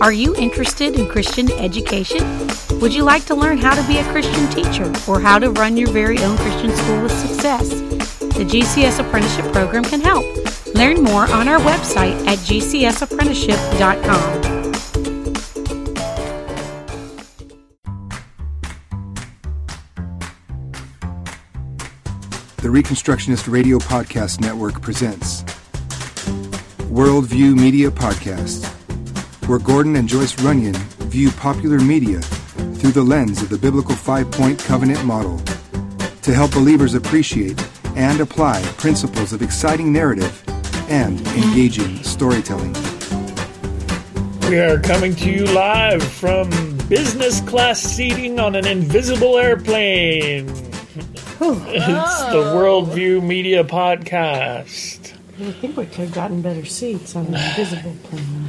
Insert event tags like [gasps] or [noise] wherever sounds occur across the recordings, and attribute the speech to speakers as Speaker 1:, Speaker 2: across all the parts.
Speaker 1: Are you interested in Christian education? Would you like to learn how to be a Christian teacher or how to run your very own Christian school with success? The GCS Apprenticeship Program can help. Learn more on our website at gcsapprenticeship.com.
Speaker 2: The Reconstructionist Radio Podcast Network presents Worldview Media Podcast, where Gordon and Joyce Runyon view popular media through the lens of the biblical five point covenant model to help believers appreciate and apply principles of exciting narrative and engaging storytelling.
Speaker 3: We are coming to you live from business class seating on an invisible airplane. [laughs] It's the Worldview Media Podcast.
Speaker 4: I think we could have gotten better seats on the
Speaker 3: [sighs]
Speaker 4: invisible plane.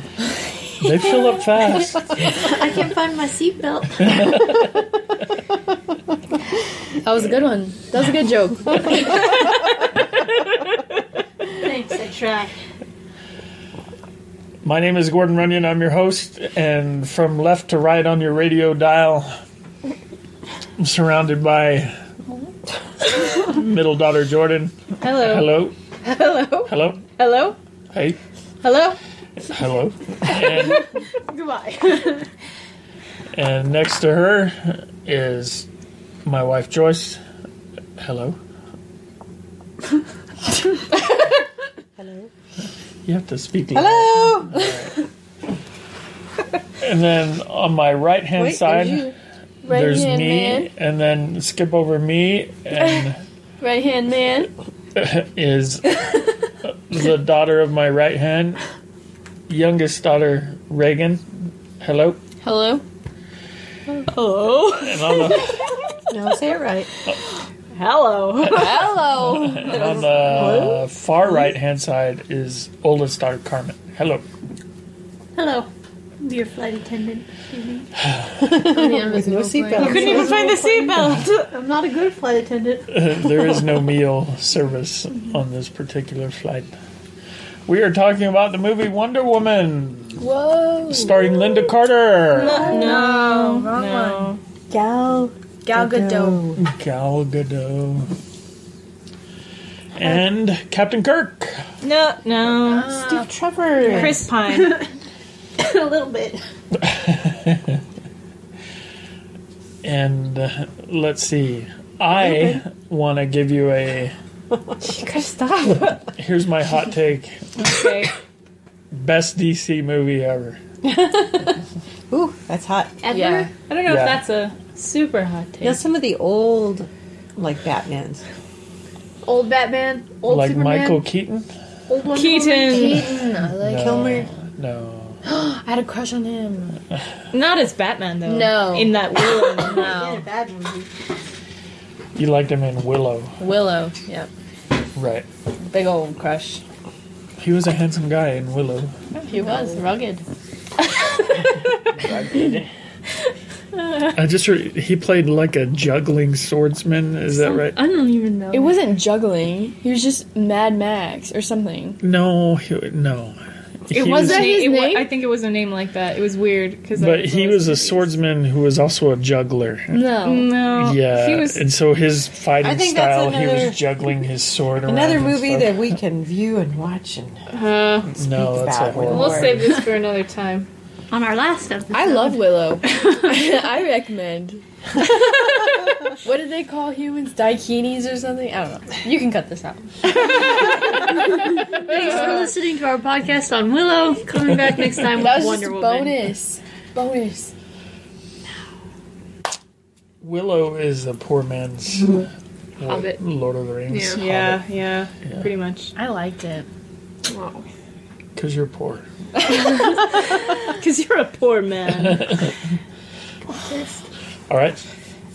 Speaker 3: They fill up fast.
Speaker 5: I can't find my seatbelt. [laughs] that was a good one. That was a good joke. Thanks, I tried.
Speaker 3: My name is Gordon Runyon. I'm your host, and from left to right on your radio dial, I'm surrounded by middle daughter Jordan.
Speaker 5: Hello.
Speaker 3: Hello.
Speaker 5: Hello.
Speaker 3: Hello.
Speaker 5: Hello.
Speaker 3: Hey.
Speaker 5: Hello.
Speaker 3: Hello. And
Speaker 5: Goodbye.
Speaker 3: And next to her is my wife Joyce. Hello.
Speaker 4: Hello.
Speaker 3: You have to speak. Hello. [laughs] and then on my right hand
Speaker 4: Wait,
Speaker 3: side,
Speaker 4: there's you.
Speaker 3: there's
Speaker 5: Right-hand
Speaker 3: me,
Speaker 5: man.
Speaker 3: and then skip over me, and
Speaker 5: Right hand man.
Speaker 3: is the daughter of my right hand, youngest daughter Reagan. Hello.
Speaker 5: Hello. Hello.
Speaker 3: And on the,
Speaker 4: No, say it right.
Speaker 5: Hello.
Speaker 3: and on the far right hand side is oldest daughter Carmen. Hello. [laughs]
Speaker 5: Hello. Dear flight attendant. [laughs] With
Speaker 4: No seatbelt.
Speaker 5: even find the seatbelt. I'm not a good flight attendant. [laughs]
Speaker 3: there is no meal service on this particular flight. We are talking about the movie Wonder Woman. Whoa. Starring Linda Carter.
Speaker 4: Gal. Gal Gadot.
Speaker 3: Gal Gadot. And Captain Kirk.
Speaker 6: No, no.
Speaker 4: Steve Oh, Trevor.
Speaker 6: Chris Pine.
Speaker 5: a little bit.
Speaker 3: And uh, let's see. I want to give you a. Here's my hot take.
Speaker 6: Okay.
Speaker 3: Best DC movie ever.
Speaker 4: Ooh, that's hot.
Speaker 5: Ever?
Speaker 6: Yeah. I don't know
Speaker 3: Yeah.
Speaker 6: if that's a super hot take.
Speaker 4: You know, some of the old, like Batman's.
Speaker 5: Old Batman. Old
Speaker 3: like
Speaker 5: Superman.
Speaker 3: Michael Keaton?
Speaker 5: Old Wonder
Speaker 6: Keaton.
Speaker 4: Kilmer.
Speaker 3: No.
Speaker 7: I had a crush
Speaker 3: [sighs]
Speaker 7: on him.
Speaker 6: Not as Batman though.
Speaker 7: No.
Speaker 6: In that world.
Speaker 5: Woman. Yeah,
Speaker 7: No.
Speaker 5: bad movie.
Speaker 3: You liked him in Willow.
Speaker 7: Willow. Yep.
Speaker 3: Right.
Speaker 7: Big old crush.
Speaker 3: He was a handsome guy in Willow.
Speaker 7: He was rugged.
Speaker 3: I just re- he played like a juggling swordsman. Is that right?
Speaker 6: I don't even know.
Speaker 7: It wasn't juggling. He was just Mad Max or something.
Speaker 3: No, he, no. He
Speaker 6: It
Speaker 7: Is
Speaker 6: was.
Speaker 7: that
Speaker 6: na-
Speaker 7: his
Speaker 6: it wa-
Speaker 7: name?
Speaker 6: I think it was a name like that. It was weird because.
Speaker 3: But he was a swordsman who was also a juggler.
Speaker 7: No.
Speaker 6: No.
Speaker 3: Yeah,
Speaker 6: He
Speaker 3: [laughs]
Speaker 6: was.
Speaker 3: and so his
Speaker 4: I
Speaker 3: fighting
Speaker 4: think that's
Speaker 3: style, he
Speaker 4: another-
Speaker 3: was juggling his sword around.
Speaker 4: Another
Speaker 3: and
Speaker 4: movie
Speaker 3: stuff.
Speaker 4: that we can view and watch. And Uh-huh.
Speaker 6: Uh,
Speaker 3: no, that's a
Speaker 4: about when
Speaker 3: horror.
Speaker 6: we'll save this for another time.
Speaker 5: On our last episode.
Speaker 7: I love [laughs] Willow. I [laughs] recommend. what did they call humans? Daikinis or something? I don't know. You can cut this out.
Speaker 5: Thanks for listening to our podcast on Willow. Coming back next time
Speaker 7: That
Speaker 5: with
Speaker 7: was
Speaker 5: Wonder
Speaker 7: just
Speaker 5: Woman.
Speaker 7: bonus. Bonus.
Speaker 3: Willow is a poor man's uh,
Speaker 5: Hobbit.
Speaker 3: Lord of the Rings.
Speaker 6: Yeah, yeah, Pretty much.
Speaker 7: I liked it.
Speaker 3: because you're
Speaker 6: [laughs]
Speaker 3: poor.
Speaker 6: Because you're a poor man.
Speaker 3: [laughs] All right,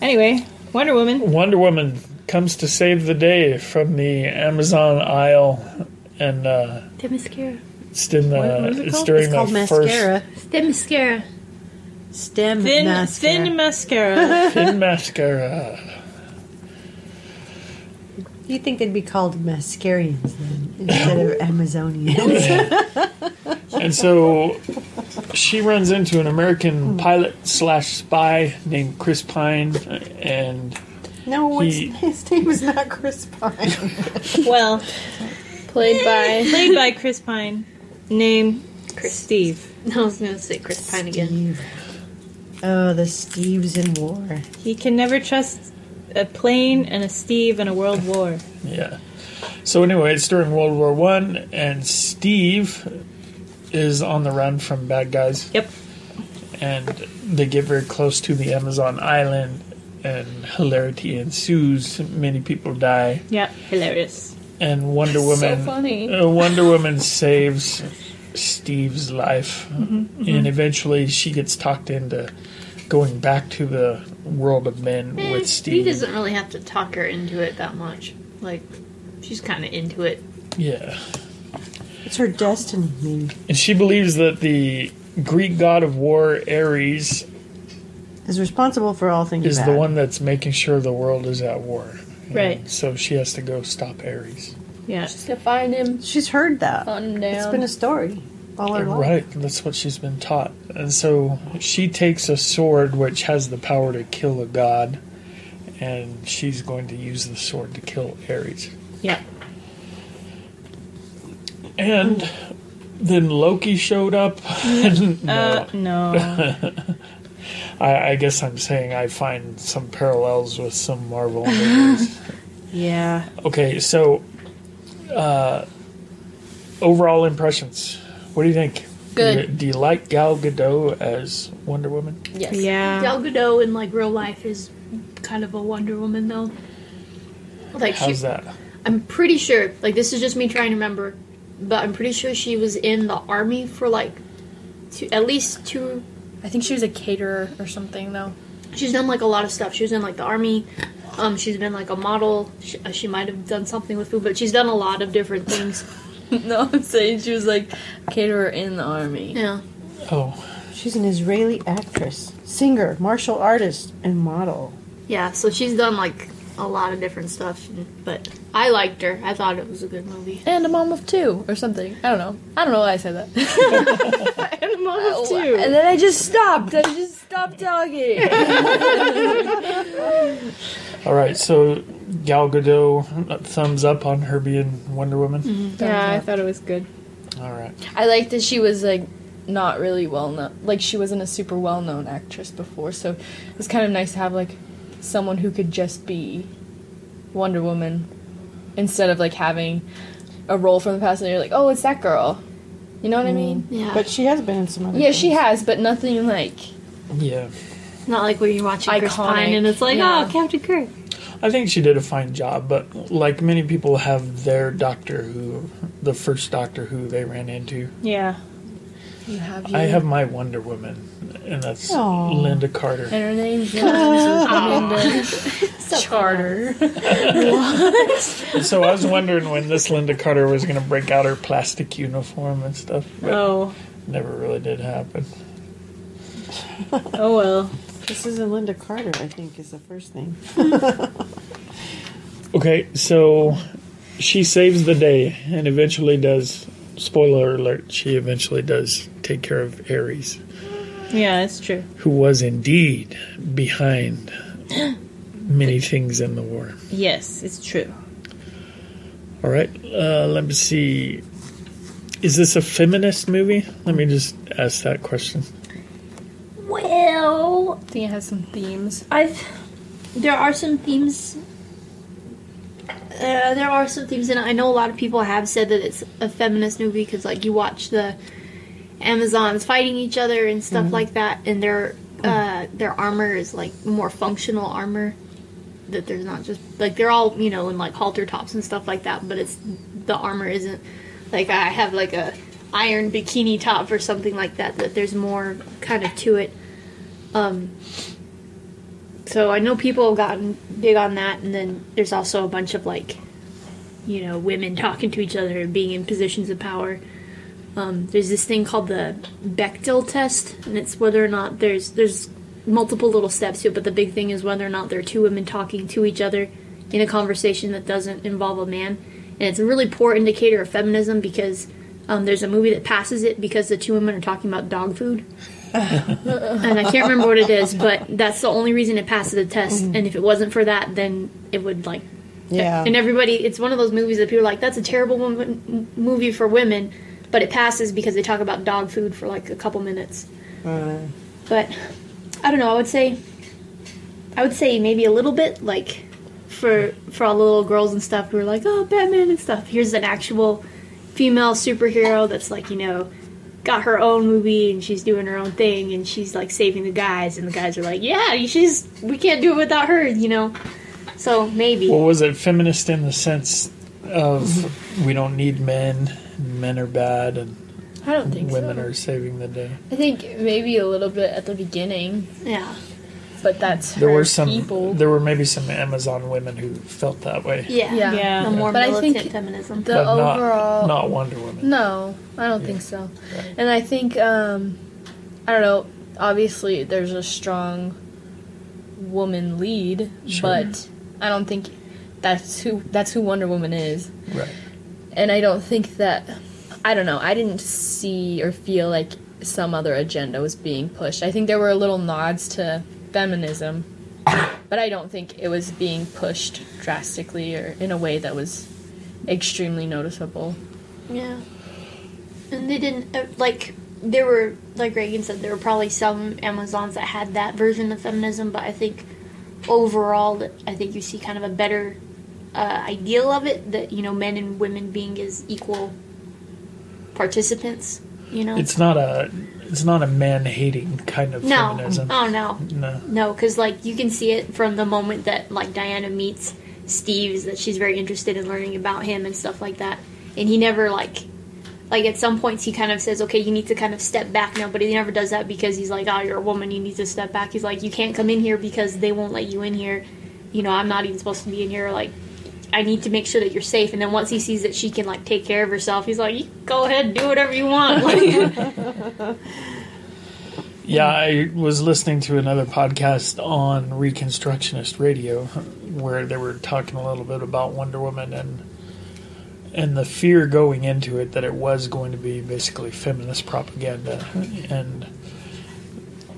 Speaker 6: anyway, Wonder Woman.
Speaker 3: Wonder Woman comes to save the day from the Amazon aisle, and uh,
Speaker 5: Themyscira.
Speaker 3: it's in the uh, it's during
Speaker 4: it's
Speaker 3: the
Speaker 4: called
Speaker 3: first
Speaker 4: mascara.
Speaker 5: Themyscira.
Speaker 4: Stem
Speaker 6: Thin,
Speaker 4: mascara.
Speaker 6: thin mascara.
Speaker 3: Thin mascara.
Speaker 4: You'd think they'd be called
Speaker 3: [laughs]
Speaker 4: mascarians then, instead of Amazonians.
Speaker 3: And so she runs into an American pilot slash spy named Chris Pine, uh, and
Speaker 4: No,
Speaker 3: He-
Speaker 4: it's- his name is not Chris Pine.
Speaker 6: Well,
Speaker 7: Played by
Speaker 6: played by Chris Pine, name Steve.
Speaker 5: I was going to say Chris Pine again.
Speaker 4: Oh, the Steve's in war.
Speaker 6: He can never trust a plane and a Steve in a world war.
Speaker 3: yeah. So anyway, it's during World War One, and Steve is on the run from bad guys,
Speaker 6: Yep.
Speaker 3: and they get very close to the Amazon island, and hilarity ensues. Many people die,
Speaker 6: Yeah. Hilarious.
Speaker 3: and Wonder Woman.
Speaker 7: so funny.
Speaker 3: Uh, Wonder Woman saves Steve's life, and eventually she gets talked into going back to the world of men
Speaker 5: Eh,
Speaker 3: with
Speaker 5: He
Speaker 3: Steve.
Speaker 5: doesn't really have to talk her into it that much. Like, she's kind of into it.
Speaker 3: yeah,
Speaker 4: It's her destiny. Maybe.
Speaker 3: and she believes that the Greek god of war Ares
Speaker 4: Is responsible for all things.
Speaker 3: is
Speaker 4: bad.
Speaker 3: the one that's making sure the world is at war.
Speaker 6: Right.
Speaker 3: And so she has to go stop Ares.
Speaker 6: Yeah.
Speaker 7: to find him,
Speaker 4: She's heard that.
Speaker 7: hunt him
Speaker 4: It's
Speaker 7: down.
Speaker 4: been a story all her life.
Speaker 3: Right, that's what she's been taught. And so she takes a sword which has the power to kill a god, and she's going to use the sword to kill Ares.
Speaker 6: Yeah.
Speaker 3: And then Loki showed up. [laughs] no,
Speaker 6: Uh, no.
Speaker 3: [laughs] I, I guess I'm saying I find some parallels with some Marvel movies.
Speaker 6: [laughs] yeah.
Speaker 3: okay, so uh, overall impressions. What do you think? Do you,
Speaker 7: Good.
Speaker 3: do you like Gal Gadot as Wonder Woman?
Speaker 7: yes.
Speaker 6: Yeah.
Speaker 5: Gal Gadot in, like, real life is kind of a Wonder Woman, though. Like,
Speaker 3: How's
Speaker 5: she,
Speaker 3: that?
Speaker 5: I'm pretty sure, like, this is just me trying to remember, but I'm pretty sure she was in the army for, like, two, at least two
Speaker 7: I think she was a caterer or something though.
Speaker 5: she's done like a lot of stuff. She was in like the army. Um, she's been like a model. She, uh, she might have done something with food, but she's done a lot of different things.
Speaker 7: [laughs] no, I'm saying she was like caterer in the army.
Speaker 5: Yeah,
Speaker 3: Oh,
Speaker 4: She's an Israeli actress, singer, martial artist, and model.
Speaker 5: yeah. So she's done like a lot of different stuff. But I liked her. I thought it was a good movie.
Speaker 7: And a mom of two or something. I don't know. I don't know why I said that. and a mom
Speaker 6: Oh,
Speaker 7: of [laughs] two. And then I just stopped. I just stopped talking.
Speaker 3: all right. So Gal Gadot, uh, thumbs up on her being Wonder Woman.
Speaker 6: Yeah. I thought it was good.
Speaker 3: All right.
Speaker 7: I like that she was like not really well known. Like she wasn't a super well known actress before, so it was kind of nice to have like someone who could just be Wonder Woman instead of like having a role from the past and you're like, oh, it's that girl. You know what I mean?
Speaker 5: Yeah,
Speaker 4: But she has been in some other.
Speaker 7: Yeah, she
Speaker 4: things.
Speaker 7: has, but nothing like.
Speaker 3: Yeah,
Speaker 5: not like when you're watching Chris
Speaker 7: Iconic,
Speaker 5: Pine and it's like,
Speaker 7: yeah.
Speaker 5: oh, Captain Kirk.
Speaker 3: I think she did a fine job, but like many people have their Doctor Who, the first Doctor Who they ran into.
Speaker 6: Yeah.
Speaker 7: You have
Speaker 3: I
Speaker 7: you.
Speaker 3: have my Wonder Woman, and that's
Speaker 4: Aw.
Speaker 3: Linda Carter.
Speaker 7: [laughs] And her name's Linda Charter.
Speaker 3: so I was wondering when this Linda Carter was going to break out her plastic uniform and stuff, but
Speaker 6: Oh.
Speaker 3: never really did happen.
Speaker 6: Oh well.
Speaker 4: This is a Linda Carter, I think, is the first thing.
Speaker 3: Okay, so she saves the day and eventually does. Spoiler alert: She eventually does take care of Ares,
Speaker 6: Yeah, it's true.
Speaker 3: who was indeed behind many things in the war.
Speaker 6: Yes, it's true.
Speaker 3: All right, uh, let me see. Is this a feminist movie? Let me just ask that question.
Speaker 5: Well,
Speaker 7: I think it has some themes.
Speaker 5: I've there are some themes. Uh, there are some themes, and I know a lot of people have said that it's a feminist movie because, like, you watch the Amazons fighting each other and stuff like that, and their uh, their armor is like more functional armor. That there's not just like they're all you know in like halter tops and stuff like that, but it's the armor isn't like I have like a iron bikini top or something like that. That there's more kind of to it. Um, so I know people have gotten big on that, and then there's also a bunch of like, you know, women [laughs] talking to each other and being in positions of power. Um, there's this thing called the Bechdel test, and it's whether or not there's there's multiple little steps to it, but the big thing is whether or not there are two women talking to each other in a conversation that doesn't involve a man, and it's a really poor indicator of feminism because Um, there's a movie that passes it because the two women are talking about dog food. and I can't remember what it is, but that's the only reason it passes the test. And if it wasn't for that, then it would like.
Speaker 4: Yeah.
Speaker 5: And everybody, it's one of those movies that people are like, "That's a terrible woman, m- movie for women," but it passes because they talk about dog food for like a couple minutes. But I don't know. I would say, I would say maybe a little bit like for for all the little girls and stuff who are like, "Oh, Batman and stuff." Here's an actual female superhero that's like you know got her own movie and she's doing her own thing and she's like saving the guys and the guys are like yeah she's we can't do it without her you know so maybe
Speaker 3: Well, was it feminist in the sense of we don't need men, men are bad, and
Speaker 7: I don't think
Speaker 3: women
Speaker 7: so.
Speaker 3: are saving the day?
Speaker 7: I think maybe a little bit at the beginning,
Speaker 5: yeah
Speaker 7: but that's
Speaker 3: There
Speaker 7: her
Speaker 3: were some.
Speaker 7: people.
Speaker 3: There were maybe some Amazon women who felt that way,
Speaker 5: yeah
Speaker 7: yeah.
Speaker 6: Yeah.
Speaker 5: the more
Speaker 7: But I
Speaker 5: militant
Speaker 7: think
Speaker 5: feminism
Speaker 7: The
Speaker 3: but
Speaker 7: overall
Speaker 3: not not Wonder Woman.
Speaker 7: No, I don't think so. And I think um I don't know, obviously there's a strong woman lead, but I don't think that's who that's who Wonder Woman is.
Speaker 3: Right.
Speaker 7: And I don't think that I don't know, I didn't see or feel like some other agenda was being pushed. I think there were little nods to feminism, but I don't think it was being pushed drastically or in a way that was extremely noticeable.
Speaker 5: yeah and they didn't uh, like there were like reagan said there were probably some amazons that had that version of feminism but i think overall that i think you see kind of a better uh, ideal of it that you know men and women being as equal participants you know
Speaker 3: It's not a. It's not a man-hating kind of
Speaker 5: no
Speaker 3: feminism.
Speaker 5: oh no
Speaker 3: No.
Speaker 5: No, because like you can see it from the moment that like Diana meets Steve's that she's very interested in learning about him and stuff like that. And he never like like at some points he kind of says, Okay, you need to kind of step back now, but he never does that because he's like, Oh, you're a woman, you need to step back. He's like, You can't come in here because they won't let you in here. You know, I'm not even supposed to be in here, like I need to make sure that you're safe. And then once he sees that she can like take care of herself, he's like, "You "Go ahead, do whatever you want." [laughs] Like,
Speaker 3: Yeah, I was listening to another podcast on Reconstructionist Radio where they were talking a little bit about Wonder Woman and and the fear going into it that it was going to be basically feminist propaganda and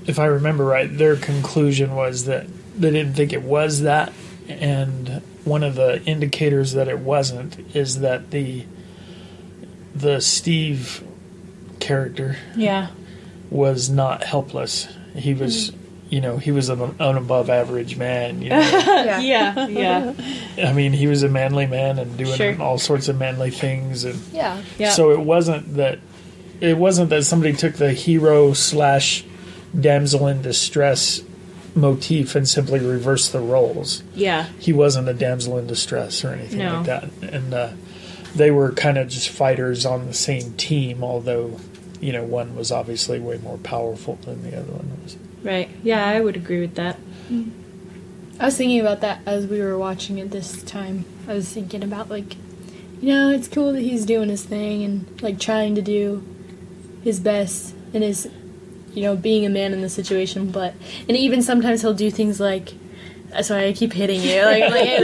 Speaker 3: if I remember right, their conclusion was that they didn't think it was that and one of the indicators that it wasn't is that the the Steve character
Speaker 6: Yeah.
Speaker 3: was not helpless. He was, you know, he was an, an above average
Speaker 6: [laughs]
Speaker 3: man. You know?
Speaker 6: Yeah. Yeah.
Speaker 3: I mean, he was a manly man and doing
Speaker 6: Sure.
Speaker 3: all sorts of manly things. And
Speaker 7: Yeah.
Speaker 6: Yeah.
Speaker 3: so it wasn't that it wasn't that somebody took the hero slash damsel in distress motif and simply reversed the roles.
Speaker 6: yeah.
Speaker 3: He wasn't a damsel in distress or anything
Speaker 6: No.
Speaker 3: like that. And uh, they were kind of just fighters on the same team, although. You know, one was obviously way more powerful than the other one was.
Speaker 6: Right. Yeah, I would agree with that.
Speaker 7: I was thinking about that as we were watching it this time. I was thinking about like, you know, it's cool that he's doing his thing and like trying to do his best and his, you know, being a man in the situation. But and even sometimes he'll do things like, uh, sorry, I keep hitting you. Like, I'm like [laughs] hey,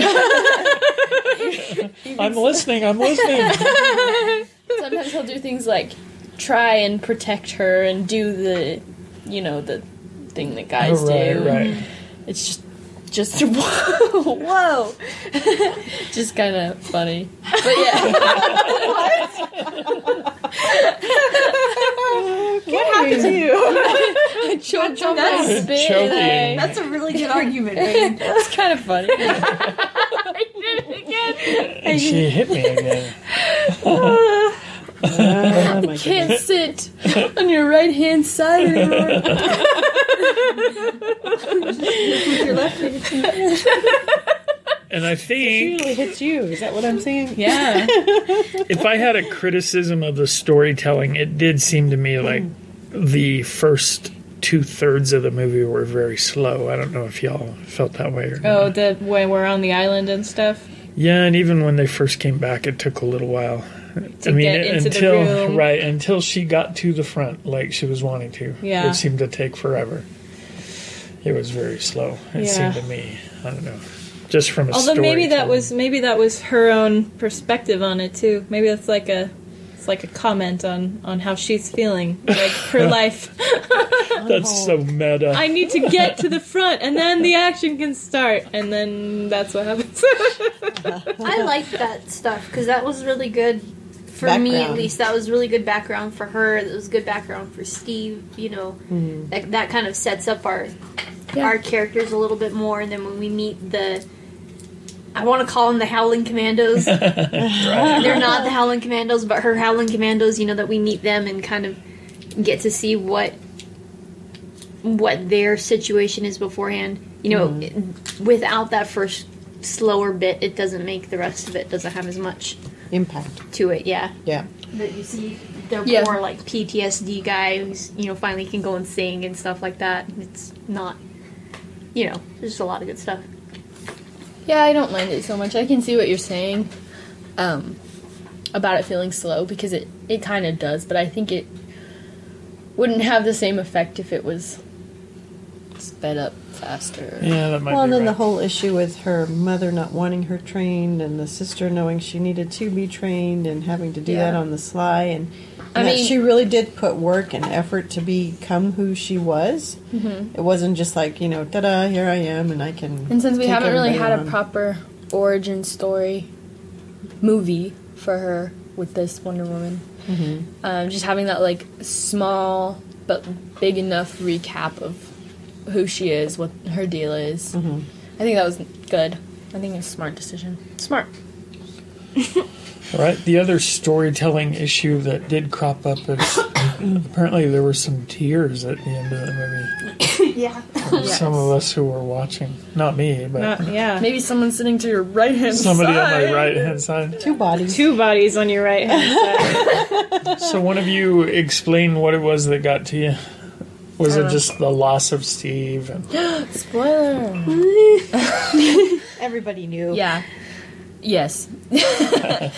Speaker 7: listen here.
Speaker 3: I'm listening. I'm listening.
Speaker 7: sometimes he'll do things like try and protect her and do the, you know, the thing that guys
Speaker 3: right,
Speaker 7: do.
Speaker 3: right.
Speaker 7: It's just, just
Speaker 6: [laughs]
Speaker 7: whoa, whoa, just kind of funny. But yeah,
Speaker 6: What happened to you?
Speaker 7: choked on that spit.
Speaker 3: Choking.
Speaker 7: and I-
Speaker 4: That's a really good argument. Reagan.
Speaker 7: That's kind of
Speaker 4: Oh
Speaker 7: funny.
Speaker 3: And she hit me again.
Speaker 4: oh my God.
Speaker 7: Can't sit on your right hand side anymore.
Speaker 3: [laughs] And I think
Speaker 4: Really hits you. Is that what I'm saying?
Speaker 6: Yeah.
Speaker 3: if I had a criticism of the storytelling, it did seem to me like the first two thirds of the movie were very slow. I don't know if y'all felt that way or not.
Speaker 6: oh, the when we're on the island and stuff.
Speaker 3: Yeah, and even when they first came back, it took a little while. I mean,
Speaker 6: get into the
Speaker 3: until
Speaker 6: room.
Speaker 3: right until she got to the front, like she was wanting to.
Speaker 6: Yeah.
Speaker 3: it seemed to take forever. It was very slow. It
Speaker 6: Yeah.
Speaker 3: seemed to me. I don't know. Just from a
Speaker 6: Although maybe that
Speaker 3: storytelling-
Speaker 6: was maybe that was her own perspective on it too. Maybe that's like a It's like a comment on on how she's feeling,
Speaker 3: [laughs]
Speaker 6: like her life. [laughs]
Speaker 3: That's so meta.
Speaker 6: I need to get to the front, and then the action can start, and then that's what happens. [laughs]
Speaker 5: I liked that stuff because that was really good for me, at
Speaker 4: Background.
Speaker 5: least. That was really good background for her. It was good background for Steve. You know, that, that kind of sets up our our characters a little bit more. And then when we meet the, I want to call them the Howling Commandos. [laughs] They're not the Howling Commandos, but her Howling Commandos. You know that we meet them and kind of get to see what what their situation is beforehand. You know, without that first slower bit, it doesn't make the rest of it doesn't have as much
Speaker 4: Impact.
Speaker 5: to it. Yeah,
Speaker 4: Yeah.
Speaker 5: that you see the
Speaker 7: Yeah.
Speaker 5: more like PTSD guy who's you know finally can go and sing and stuff like that. It's not, you know, there's just a lot of good stuff.
Speaker 7: Yeah, I don't mind it so much. I can see what you're saying um, about it feeling slow because it, it kind of does, but I think it wouldn't have the same effect if it was sped up faster.
Speaker 3: yeah, that might
Speaker 4: Well,
Speaker 3: be
Speaker 4: and then
Speaker 3: right.
Speaker 4: the whole issue with her mother not wanting her trained, and the sister knowing she needed to be trained, and having to do
Speaker 7: Yeah.
Speaker 4: that on the sly, and
Speaker 7: I
Speaker 4: yeah,
Speaker 7: mean-
Speaker 4: she really did put work and effort to become who she was. It wasn't just like you know, ta-da, here I am, and I can.
Speaker 7: Mm-hmm. And since we
Speaker 4: take
Speaker 7: haven't really
Speaker 4: everybody
Speaker 7: had
Speaker 4: on.
Speaker 7: a proper origin story movie for her with this Wonder Woman,
Speaker 4: Mm-hmm.
Speaker 7: um, just having that like small but big enough recap of who she is, what her deal is,
Speaker 4: Mm-hmm.
Speaker 7: I think that was good. I think it was a smart decision. Smart.
Speaker 3: Right. The other storytelling issue that did crop up is [coughs] apparently there were some tears at the end of the movie.
Speaker 5: Yeah,
Speaker 3: for Some of us who were watching, not me, but
Speaker 6: Not-
Speaker 4: Uh,
Speaker 6: yeah,
Speaker 7: Maybe someone sitting to your right
Speaker 3: [laughs]
Speaker 7: hand
Speaker 3: somebody
Speaker 7: side.
Speaker 3: on my right hand side.
Speaker 4: two bodies.
Speaker 6: two bodies on your right hand side.
Speaker 3: So one of you explain what it was that got to you. Was it just the loss of Steve? And
Speaker 7: Spoiler.
Speaker 4: Everybody knew.
Speaker 7: Yeah. Yes. [laughs]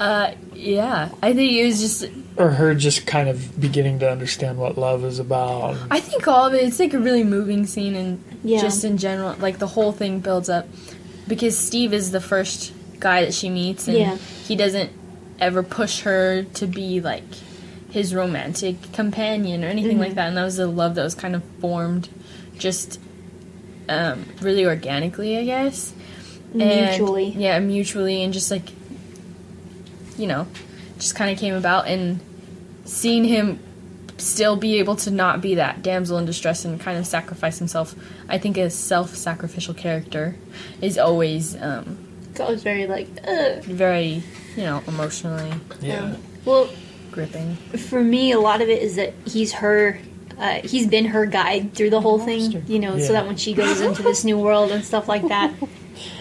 Speaker 7: uh, yeah. I think it was just
Speaker 3: or her just kind of beginning to understand what love is about.
Speaker 7: I think all of it. It's like a really moving scene, and
Speaker 5: Yeah.
Speaker 7: just in general, like the whole thing builds up because Steve is the first guy that she meets, and
Speaker 5: Yeah.
Speaker 7: he doesn't ever push her to be like his romantic companion or anything
Speaker 5: Mm-hmm.
Speaker 7: like that. And that was the love that was kind of formed, just um, really organically, I guess. And-
Speaker 5: Mutually.
Speaker 7: yeah, mutually, and just like you know, just kind of came about and seeing him still be able to not be that damsel in distress and kind of sacrifice himself. I think a self-sacrificial character is always um,
Speaker 5: I was very like, Ugh.
Speaker 7: very, you know, emotionally
Speaker 3: Yeah.
Speaker 5: well,
Speaker 7: gripping.
Speaker 5: for me, a lot of it is that he's her. Uh, he's been her guide through the whole thing, you know,
Speaker 3: Yeah.
Speaker 5: so that when she goes into this new world and stuff like that,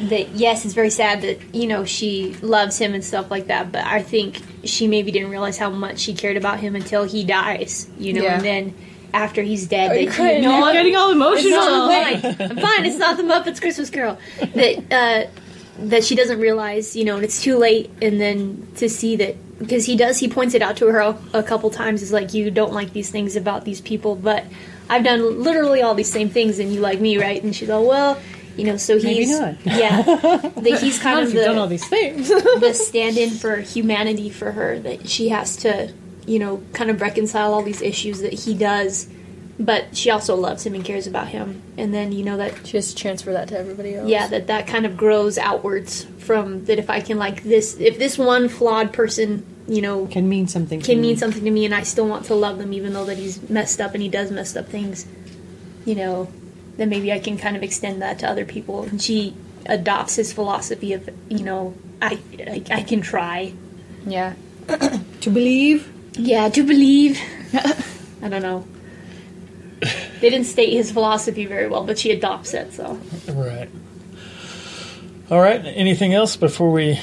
Speaker 5: that yes, it's very sad that, you know, she loves him and stuff like that, but I think she maybe didn't realize how much she cared about him until he dies, you know,
Speaker 7: Yeah.
Speaker 5: and then after he's dead,
Speaker 7: Are
Speaker 5: that
Speaker 7: you crying?
Speaker 5: know,
Speaker 7: You're
Speaker 5: I'm-
Speaker 7: getting all
Speaker 5: it's not
Speaker 7: emotional.
Speaker 5: the Muppets. I'm fine. It's not the Muppets Christmas Carol. That uh, that she doesn't realize, you know, and it's too late. And then to see that because he does, he points it out to her a, a couple times. Is like you don't like these things about these people, but I've done literally all these same things, and you like me, right? And she's all, well, you know, so he's
Speaker 4: Maybe not.
Speaker 5: yeah.
Speaker 6: [laughs]
Speaker 5: That he's kind
Speaker 6: Not
Speaker 5: of
Speaker 6: if you've
Speaker 5: the
Speaker 6: done all these things.
Speaker 5: the stand-in for humanity for her that she has to you know kind of reconcile all these issues that he does but she also loves him and cares about him and then you know that
Speaker 7: She has to transfer that to everybody else.
Speaker 5: yeah that that kind of grows outwards from that if i can like this if this one flawed person you know
Speaker 4: Can mean something. to
Speaker 5: can mean
Speaker 4: me.
Speaker 5: something to me and i still want to love them even though that he's messed up and he does messed up things you know then maybe i can kind of extend that to other people and she adopts his philosophy of you know i i, I can try
Speaker 7: yeah.
Speaker 4: To believe.
Speaker 5: Yeah, to
Speaker 4: [laughs]
Speaker 5: believe. I don't know. They didn't state his philosophy very well, but she adopts it, so.
Speaker 3: Right. All right. Anything else before we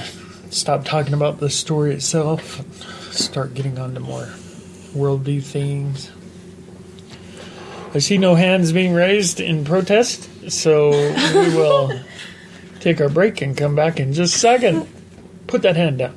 Speaker 3: stop talking about the story itself? and Start getting on to more worldview things. I see no hands being raised in protest, so we will take our break and come back in just a second. Put that hand down.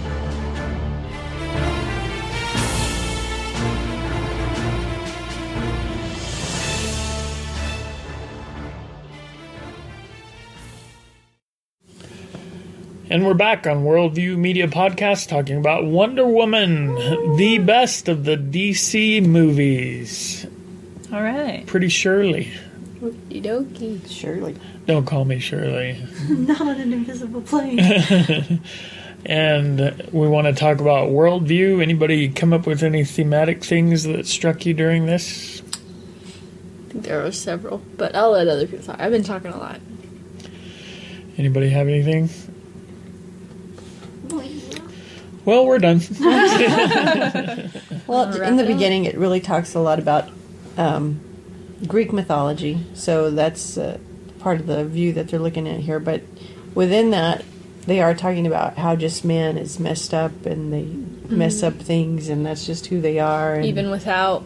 Speaker 3: And we're back on Worldview Media Podcast talking about Wonder Woman, the best of the DC movies.
Speaker 6: All right.
Speaker 3: Pretty Shirley.
Speaker 5: Doki.
Speaker 4: Surely.
Speaker 3: Don't call me Shirley.
Speaker 5: [laughs] Not on an invisible plane.
Speaker 3: [laughs] And we want to talk about worldview. Anybody come up with any thematic things that struck you during this?
Speaker 7: I think there are several, but I'll let other people talk. I've been talking a lot.
Speaker 3: Anybody have anything? Well, we're done.
Speaker 4: Well, in the beginning, it really talks a lot about um, Greek mythology, so that's uh, part of the view that they're looking at here. But within that, they are talking about how just man is messed up and they mess up things, and that's just who they are. And
Speaker 7: Even without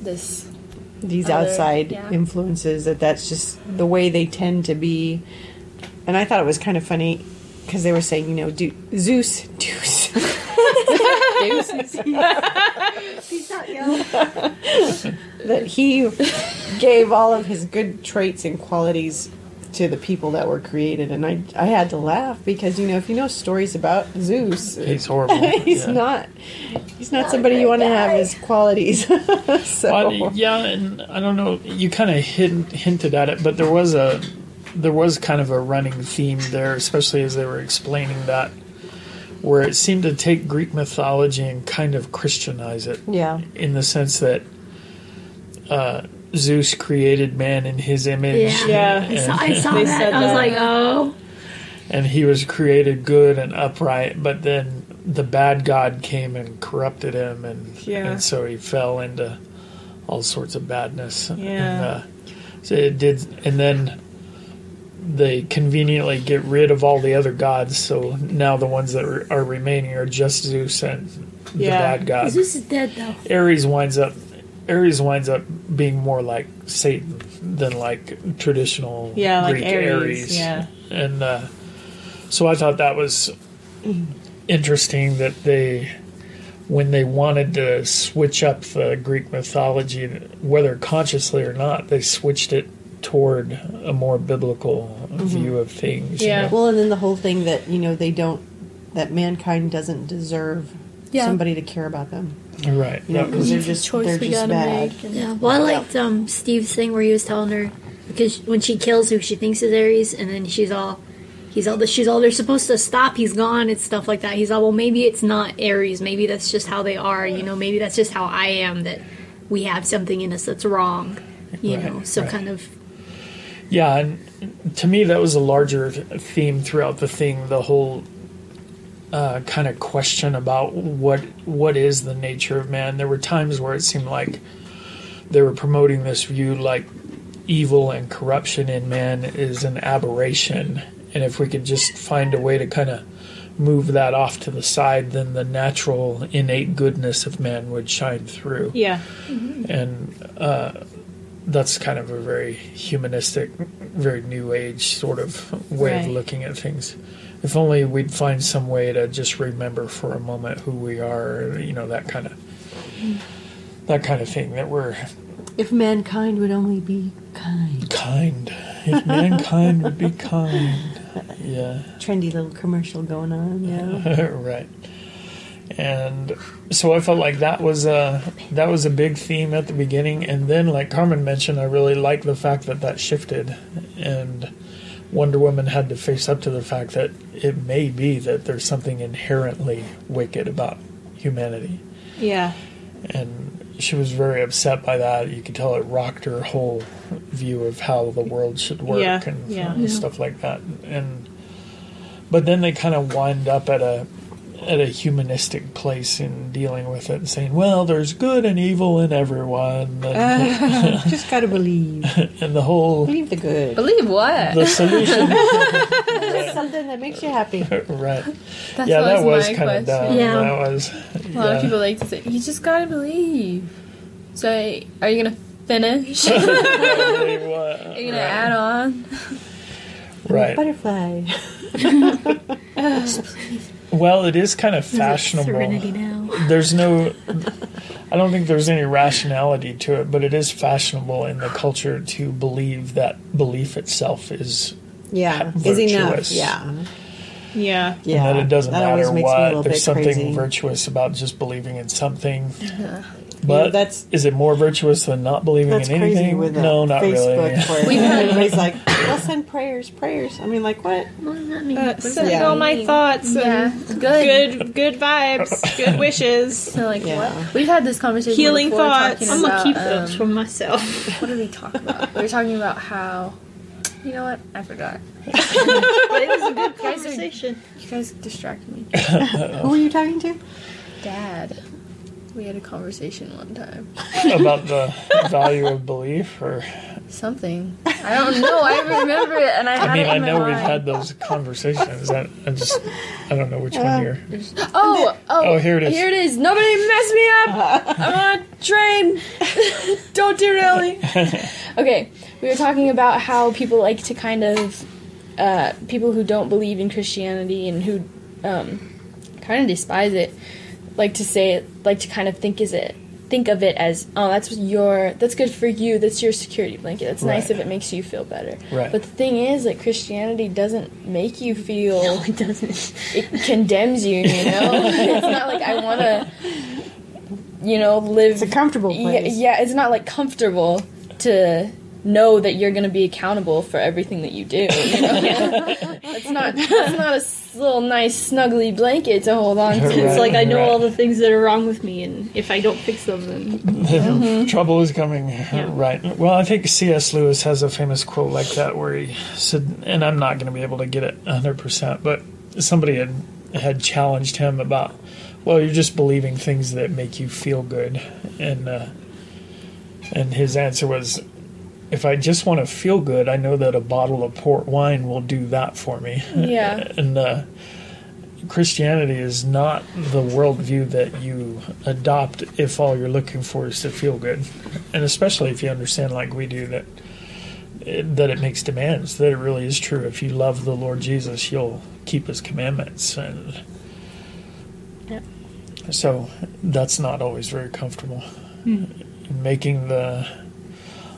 Speaker 7: this
Speaker 4: these
Speaker 7: other-
Speaker 4: outside
Speaker 7: yeah.
Speaker 4: influences, that that's just the way they tend to be. And I thought it was kind of funny because they were saying, you know, do, Zeus, [laughs] Deuce. [laughs]
Speaker 5: Peace out, y'all.
Speaker 4: that he gave all of his good traits and qualities to the people that were created and I, I had to laugh because you know if you know stories about Zeus uh,
Speaker 3: He's horrible.
Speaker 4: [laughs]
Speaker 5: [laughs]
Speaker 4: he's
Speaker 3: Yeah.
Speaker 4: not he's not, somebody you want to have his qualities [laughs] so
Speaker 3: Well, yeah, and I don't know. You kind of hint, hinted at it, but there was a there was kind of a running theme there, especially as they were explaining that, where it seemed to take Greek mythology and kind of Christianize it
Speaker 4: yeah
Speaker 3: in the sense that uh, Zeus created man in his image.
Speaker 5: Yeah.
Speaker 6: Yeah.
Speaker 5: I saw, I saw
Speaker 6: They
Speaker 5: that.
Speaker 6: said
Speaker 5: I was
Speaker 6: that.
Speaker 5: like, oh.
Speaker 3: and he was created good and upright, but then the bad god came and corrupted him, and
Speaker 6: Yeah.
Speaker 3: and so he fell into all sorts of badness. And,
Speaker 6: Yeah.
Speaker 3: uh, so it did, and then they conveniently get rid of all the other gods, so now the ones that are, are remaining are just Zeus and the
Speaker 6: Yeah.
Speaker 3: bad god.
Speaker 5: Zeus is dead, though.
Speaker 3: Ares winds up. Ares winds up being more like Satan than like traditional
Speaker 6: Yeah, like
Speaker 3: Greek
Speaker 6: Ares,
Speaker 3: Ares.
Speaker 6: yeah.
Speaker 3: and uh, so I thought that was interesting that they, when they wanted to switch up the Greek mythology, whether consciously or not, they switched it toward a more biblical
Speaker 6: Mm-hmm.
Speaker 3: view of things. you
Speaker 7: Yeah.
Speaker 3: know.
Speaker 4: well and then the whole thing that you know they don't that mankind doesn't deserve
Speaker 7: Yeah.
Speaker 4: somebody to care about them
Speaker 3: right.
Speaker 4: you know
Speaker 3: That
Speaker 6: Mm-hmm.
Speaker 3: was-
Speaker 4: because they're just they're just bad
Speaker 5: Yeah. Well, I liked um, Steve's thing where he was telling her because when she kills who she thinks is Ares, and then she's all, he's all, she's all, they're supposed to stop. He's gone and stuff like that. He's all, well, maybe it's not Ares. Maybe that's just how they are. You know, maybe that's just how I am. That we have something in us that's wrong. You
Speaker 3: Right,
Speaker 5: know, so
Speaker 3: right.
Speaker 5: kind of
Speaker 3: Yeah, and to me, that was a larger th- theme throughout the thing. The whole uh, kind of question about what what is the nature of man. There were times where it seemed like they were promoting this view, like evil and corruption in man is an aberration, and if we could just find a way to kind of move that off to the side, then the natural innate goodness of man would shine through
Speaker 6: Yeah.
Speaker 3: and uh, that's kind of a very humanistic, very new age sort of way of
Speaker 6: Right.
Speaker 3: looking at things. If only we'd find some way to just remember for a moment who we are, you know, that kind of that kind of thing that we're
Speaker 4: if mankind would only be kind
Speaker 3: kind. If mankind would be kind, yeah.
Speaker 4: trendy little commercial going on yeah
Speaker 3: [laughs] right. And so I felt like that was a that was a big theme at the beginning, and then like Carmen mentioned, I really like the fact that that shifted, and Wonder Woman had to face up to the fact that it may be that there's something inherently wicked about humanity.
Speaker 7: Yeah.
Speaker 3: And she was very upset by that. You could tell it rocked her whole view of how the world should work
Speaker 7: Yeah,
Speaker 3: and
Speaker 7: yeah.
Speaker 3: and stuff like that. And but then they kind of wind up at a at a humanistic place in dealing with it, saying, "Well, there's good and evil in everyone," and,
Speaker 4: Just gotta believe.
Speaker 3: and the whole
Speaker 4: Believe the good.
Speaker 6: Believe what?
Speaker 3: the solution.
Speaker 4: Just something that makes you happy.
Speaker 3: right?
Speaker 6: That's
Speaker 3: yeah, that was
Speaker 6: always
Speaker 3: kind of dumb.
Speaker 8: Yeah.
Speaker 3: That was.
Speaker 6: A lot
Speaker 3: yeah.
Speaker 6: of people like to say, "You just gotta believe." So, are you gonna
Speaker 7: [laughs]
Speaker 6: finish? are
Speaker 3: Really wa-
Speaker 6: you gonna add on?
Speaker 3: [laughs] right.
Speaker 4: Butterfly.
Speaker 3: Well, it is kind of fashionable.
Speaker 8: Serenity now.
Speaker 3: there's no i don't think there's any rationality to it but it is fashionable in the culture to believe that belief itself is
Speaker 4: Yeah.
Speaker 3: Virtuous.
Speaker 4: Is enough. Yeah.
Speaker 7: Yeah.
Speaker 4: Yeah.
Speaker 3: that it doesn't
Speaker 4: Uh-huh. That always
Speaker 3: matter
Speaker 4: makes me a little
Speaker 3: what
Speaker 4: bit
Speaker 3: there's something
Speaker 4: crazy.
Speaker 3: virtuous about just believing in something
Speaker 8: Uh-huh.
Speaker 3: but
Speaker 4: Yeah, that's-
Speaker 3: is it more virtuous than not believing
Speaker 4: That's
Speaker 3: in
Speaker 4: crazy
Speaker 3: anything
Speaker 4: with uh,
Speaker 3: no not
Speaker 4: Facebook
Speaker 3: [laughs] really
Speaker 4: where everybody's
Speaker 8: [laughs]
Speaker 4: like, "We'll send prayers, prayers." I mean, like what?
Speaker 8: What does that mean?
Speaker 7: Uh,
Speaker 8: What does
Speaker 7: send
Speaker 8: that
Speaker 4: Yeah.
Speaker 7: all my
Speaker 8: mean?
Speaker 7: thoughts
Speaker 6: Yeah,
Speaker 7: and
Speaker 6: good.
Speaker 7: good good vibes, good wishes.
Speaker 6: [laughs] So, like,
Speaker 4: Yeah.
Speaker 6: what? We've had this conversation.
Speaker 7: Healing
Speaker 6: before,
Speaker 7: thoughts.
Speaker 6: talking
Speaker 8: I'm gonna
Speaker 6: about,
Speaker 8: keep those
Speaker 6: um,
Speaker 8: for myself. [laughs]
Speaker 6: What are we talking about? we were talking about how. You know what? I forgot.
Speaker 8: but it was a good
Speaker 6: guys are-
Speaker 8: conversation.
Speaker 6: You guys distracted me.
Speaker 4: Who were you talking to?
Speaker 6: Dad. We had a conversation one time.
Speaker 3: [laughs] about the value of belief or
Speaker 6: Something. I don't know. I remember it, and
Speaker 3: [laughs]
Speaker 6: I,
Speaker 3: i
Speaker 6: had
Speaker 3: mean
Speaker 6: it in
Speaker 3: i
Speaker 6: my
Speaker 3: know we've
Speaker 6: mind.
Speaker 3: had those conversations that i just i don't know which one you're
Speaker 6: [laughs] Oh, oh,
Speaker 3: Oh, here it is. Uh-huh.
Speaker 6: Here it is. Nobody mess me up. [laughs] I'm on a train. [laughs] Don't derail me.
Speaker 3: [laughs]
Speaker 6: Okay, we were talking about how people like to kind of uh, people who don't believe in Christianity and who um, kind of despise it like to say like to kind of think is it think of it as oh that's your that's good for you that's your security blanket that's nice
Speaker 3: Right.
Speaker 6: if it makes you feel better
Speaker 3: Right.
Speaker 6: but the thing is that christianity doesn't make you feel it doesn't [laughs] it condemns you you [laughs] know it's not like i want to you know live
Speaker 4: It's a comfortable
Speaker 6: yeah,
Speaker 4: place.
Speaker 6: yeah, it's not like comfortable to know that you're going to be accountable for everything that you do. You [laughs] know? it's not it's not a s- little nice snuggly blanket to hold on to.
Speaker 3: Right,
Speaker 8: It's like I know
Speaker 3: right.
Speaker 8: all the things that are wrong with me, and if I don't fix them,
Speaker 3: [laughs]
Speaker 8: then
Speaker 3: Trouble is coming. Right. Well, I think C.S. Lewis has a famous quote like that where he said, and I'm not going to be able to get it 100%, but somebody had, had challenged him about, well, you're just believing things that make you feel good. And, uh, and his answer was, if I just want to feel good, I know that a bottle of port wine will do that for me.
Speaker 6: Yeah.
Speaker 3: And uh, Christianity is not the worldview that you adopt if all you're looking for is to feel good, and especially if you understand, like we do, that it, that it makes demands. That it really is true. If you love the Lord Jesus, you'll keep His commandments, and so that's not always very comfortable. Making the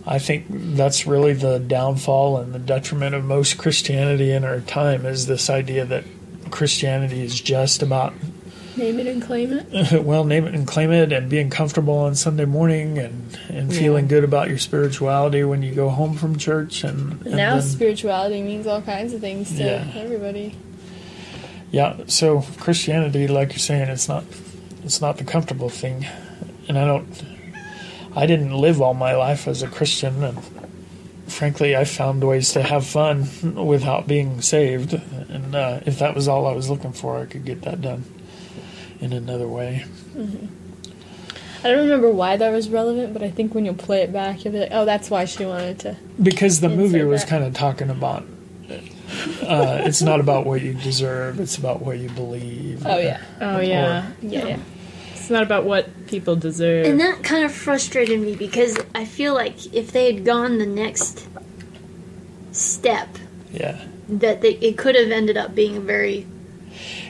Speaker 3: I think that's really the downfall and the detriment of most Christianity in our time is this idea that Christianity is just about [laughs]
Speaker 6: Name it and claim it.
Speaker 3: well name it and claim it and being comfortable on Sunday morning and and feeling good about your spirituality when you go home from church and, and
Speaker 6: now
Speaker 3: then-
Speaker 6: spirituality means all kinds of things to
Speaker 3: Yeah.
Speaker 6: everybody.
Speaker 3: Yeah, so Christianity, like you're saying, it's not it's not the comfortable thing, and I don't. I didn't live all my life as a Christian, and frankly, I found ways to have fun without being saved. And uh, if that was all I was looking for, I could get that done in another way.
Speaker 6: I don't remember why that was relevant, but I think when you'll play it back, you'll be like, oh, that's why she wanted to.
Speaker 3: Because the
Speaker 6: Didn't
Speaker 3: movie
Speaker 6: say
Speaker 3: was
Speaker 6: that.
Speaker 3: kind of talking about. Uh, it's not about what you deserve; it's about what you believe.
Speaker 6: Oh, yeah.
Speaker 7: Oh yeah.
Speaker 6: Yeah, yeah.
Speaker 7: It's not about what people deserve.
Speaker 8: and that kind of frustrated me because I feel like if they had gone the next step,
Speaker 3: yeah.
Speaker 8: that they, it could have ended up being a very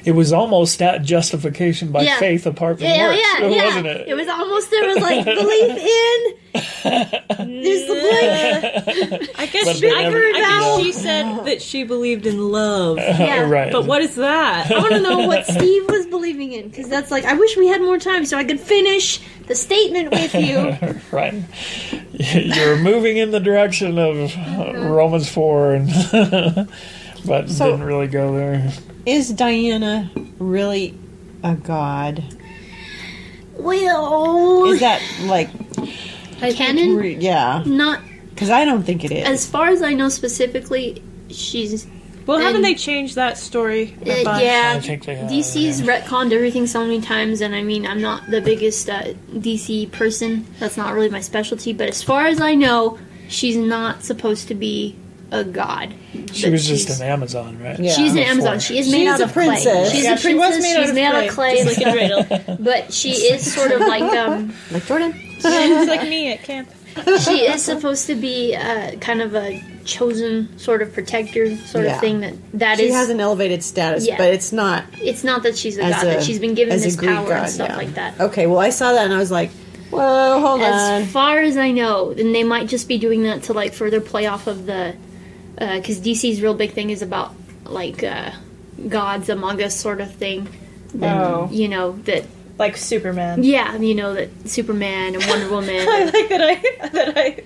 Speaker 3: It was almost that justification by
Speaker 8: Yeah.
Speaker 3: faith apart from
Speaker 8: yeah,
Speaker 3: works,
Speaker 8: yeah,
Speaker 3: though,
Speaker 8: yeah.
Speaker 3: wasn't it? [laughs] [laughs]
Speaker 8: was almost there was like belief in. There's the blank.
Speaker 7: I guess
Speaker 3: But they
Speaker 7: I
Speaker 3: never-
Speaker 7: heard
Speaker 3: you
Speaker 7: that
Speaker 3: know.
Speaker 7: she said that she believed in love.
Speaker 8: Yeah.
Speaker 3: right.
Speaker 7: But what is that?
Speaker 8: I want to know what Steve was believing in because that's like I wish we had more time so I could finish the statement
Speaker 3: [laughs]
Speaker 8: with you.
Speaker 3: right. You're moving in the direction of
Speaker 8: Mm-hmm.
Speaker 3: uh, Romans 4, and [laughs] but
Speaker 4: So-
Speaker 3: didn't really go there.
Speaker 4: Is Diana really a god?
Speaker 8: Well,
Speaker 4: Is that
Speaker 8: [laughs]
Speaker 4: like
Speaker 8: canon?
Speaker 4: re- yeah?
Speaker 8: Not
Speaker 4: Because I don't think it is.
Speaker 8: as far as I know specifically. She's
Speaker 7: Well, haven't
Speaker 8: And-
Speaker 7: they changed that story?
Speaker 8: uh,
Speaker 7: a bunch?
Speaker 8: yeah.
Speaker 3: I think they have,
Speaker 8: DC's retconned everything so many times, and I mean I'm not the biggest uh, DC person. That's not really my specialty. But as far as I know, she's not supposed to be a god.
Speaker 3: She
Speaker 8: But
Speaker 3: was just
Speaker 8: she's-
Speaker 3: an Amazon, right?
Speaker 4: Yeah.
Speaker 8: She's an
Speaker 3: Before.
Speaker 8: Amazon. She is made
Speaker 4: She's
Speaker 8: out
Speaker 4: a
Speaker 8: of
Speaker 4: princess.
Speaker 8: clay. She's
Speaker 7: Yeah,
Speaker 8: a princess.
Speaker 7: she was made out
Speaker 8: she's
Speaker 7: of
Speaker 8: made out of
Speaker 7: clay,
Speaker 8: clay,
Speaker 7: just like a dreidel.
Speaker 8: [laughs] but she is sort of like um,
Speaker 4: Like Jordan,
Speaker 7: It's like me at camp.
Speaker 8: she is supposed to be uh, kind of a chosen sort of protector sort
Speaker 4: Yeah.
Speaker 8: of thing. That that
Speaker 4: she
Speaker 8: is-
Speaker 4: has an elevated status,
Speaker 8: Yeah.
Speaker 4: but it's not
Speaker 8: It's not that she's a
Speaker 4: as
Speaker 8: god.
Speaker 4: a
Speaker 8: that she's been given
Speaker 4: as a
Speaker 8: this
Speaker 4: Greek
Speaker 8: power
Speaker 4: god,
Speaker 8: and stuff
Speaker 4: yeah.
Speaker 8: like that.
Speaker 4: Okay, well I saw that and I was like, whoa, hold
Speaker 8: As
Speaker 4: on.
Speaker 8: far as I know, then they might just be doing that to like further play off of the uh, because DC's real big thing is about like uh, gods among us sort of thing.
Speaker 7: Oh.
Speaker 8: You know that
Speaker 7: Like Superman.
Speaker 8: yeah, you know that Superman and Wonder [laughs] Woman.
Speaker 7: I [laughs] like that I that I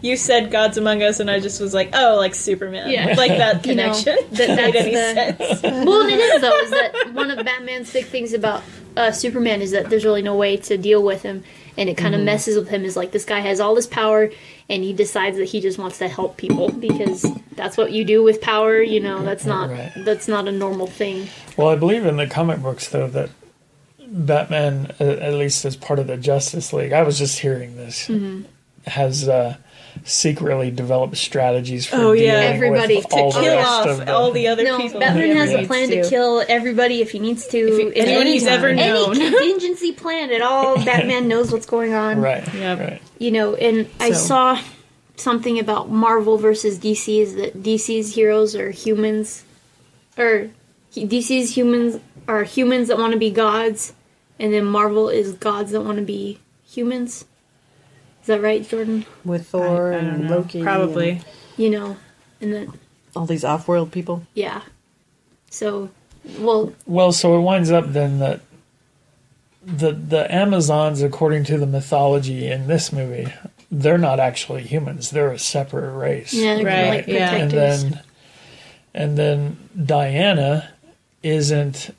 Speaker 7: you said Gods Among Us and I just was like, oh, like Superman.
Speaker 8: Yeah.
Speaker 7: Like that
Speaker 8: [laughs] You know,
Speaker 7: connection. [laughs]
Speaker 8: that-
Speaker 7: made
Speaker 8: that's
Speaker 7: any
Speaker 8: the-
Speaker 7: sense.
Speaker 8: well, it is though. Is that one of Batman's big things about uh, Superman is that there's really no way to deal with him, and it kind of messes with him. Is like this guy has all this power, and he decides that he just wants to help people because that's what you do with power. You know, that's not
Speaker 3: Right.
Speaker 8: that's not a normal thing.
Speaker 3: Well, I believe in the comic books though that Batman, uh, at least as part of the Justice League, I was just hearing this,
Speaker 7: Mm-hmm.
Speaker 3: has uh, secretly developed strategies for
Speaker 7: Oh, yeah.
Speaker 3: dealing
Speaker 8: Everybody
Speaker 3: with
Speaker 8: to
Speaker 3: all the
Speaker 8: kill
Speaker 7: Kill
Speaker 3: rest
Speaker 7: off
Speaker 3: of the,
Speaker 7: all the other
Speaker 8: No,
Speaker 7: people.
Speaker 8: Batman has a
Speaker 3: Yeah.
Speaker 8: plan to
Speaker 4: to.
Speaker 8: kill everybody if he needs to. in
Speaker 7: anyone he's
Speaker 8: any-
Speaker 7: ever
Speaker 8: any
Speaker 7: known.
Speaker 8: contingency plan at [laughs] all, Batman knows what's going on.
Speaker 3: right,
Speaker 7: Yep.
Speaker 3: right.
Speaker 8: you know, and I
Speaker 4: So-
Speaker 8: saw something about Marvel versus DC is that DC's heroes are humans, or he- DC's humans are humans that want to be gods, and then Marvel is gods that want to be humans. Is that right, Jordan?
Speaker 4: With Thor
Speaker 7: I don't
Speaker 4: and
Speaker 7: know.
Speaker 4: Loki,
Speaker 7: Probably.
Speaker 4: and
Speaker 8: You know, and then
Speaker 4: all these off-world people.
Speaker 8: yeah, so well,
Speaker 3: Well, so it winds up then that the the Amazons, according to the mythology in this movie, they're not actually humans; they're a separate race.
Speaker 8: yeah, they're kinda
Speaker 7: Right,
Speaker 8: like
Speaker 7: yeah.
Speaker 8: protectors.
Speaker 3: and then and then Diana isn't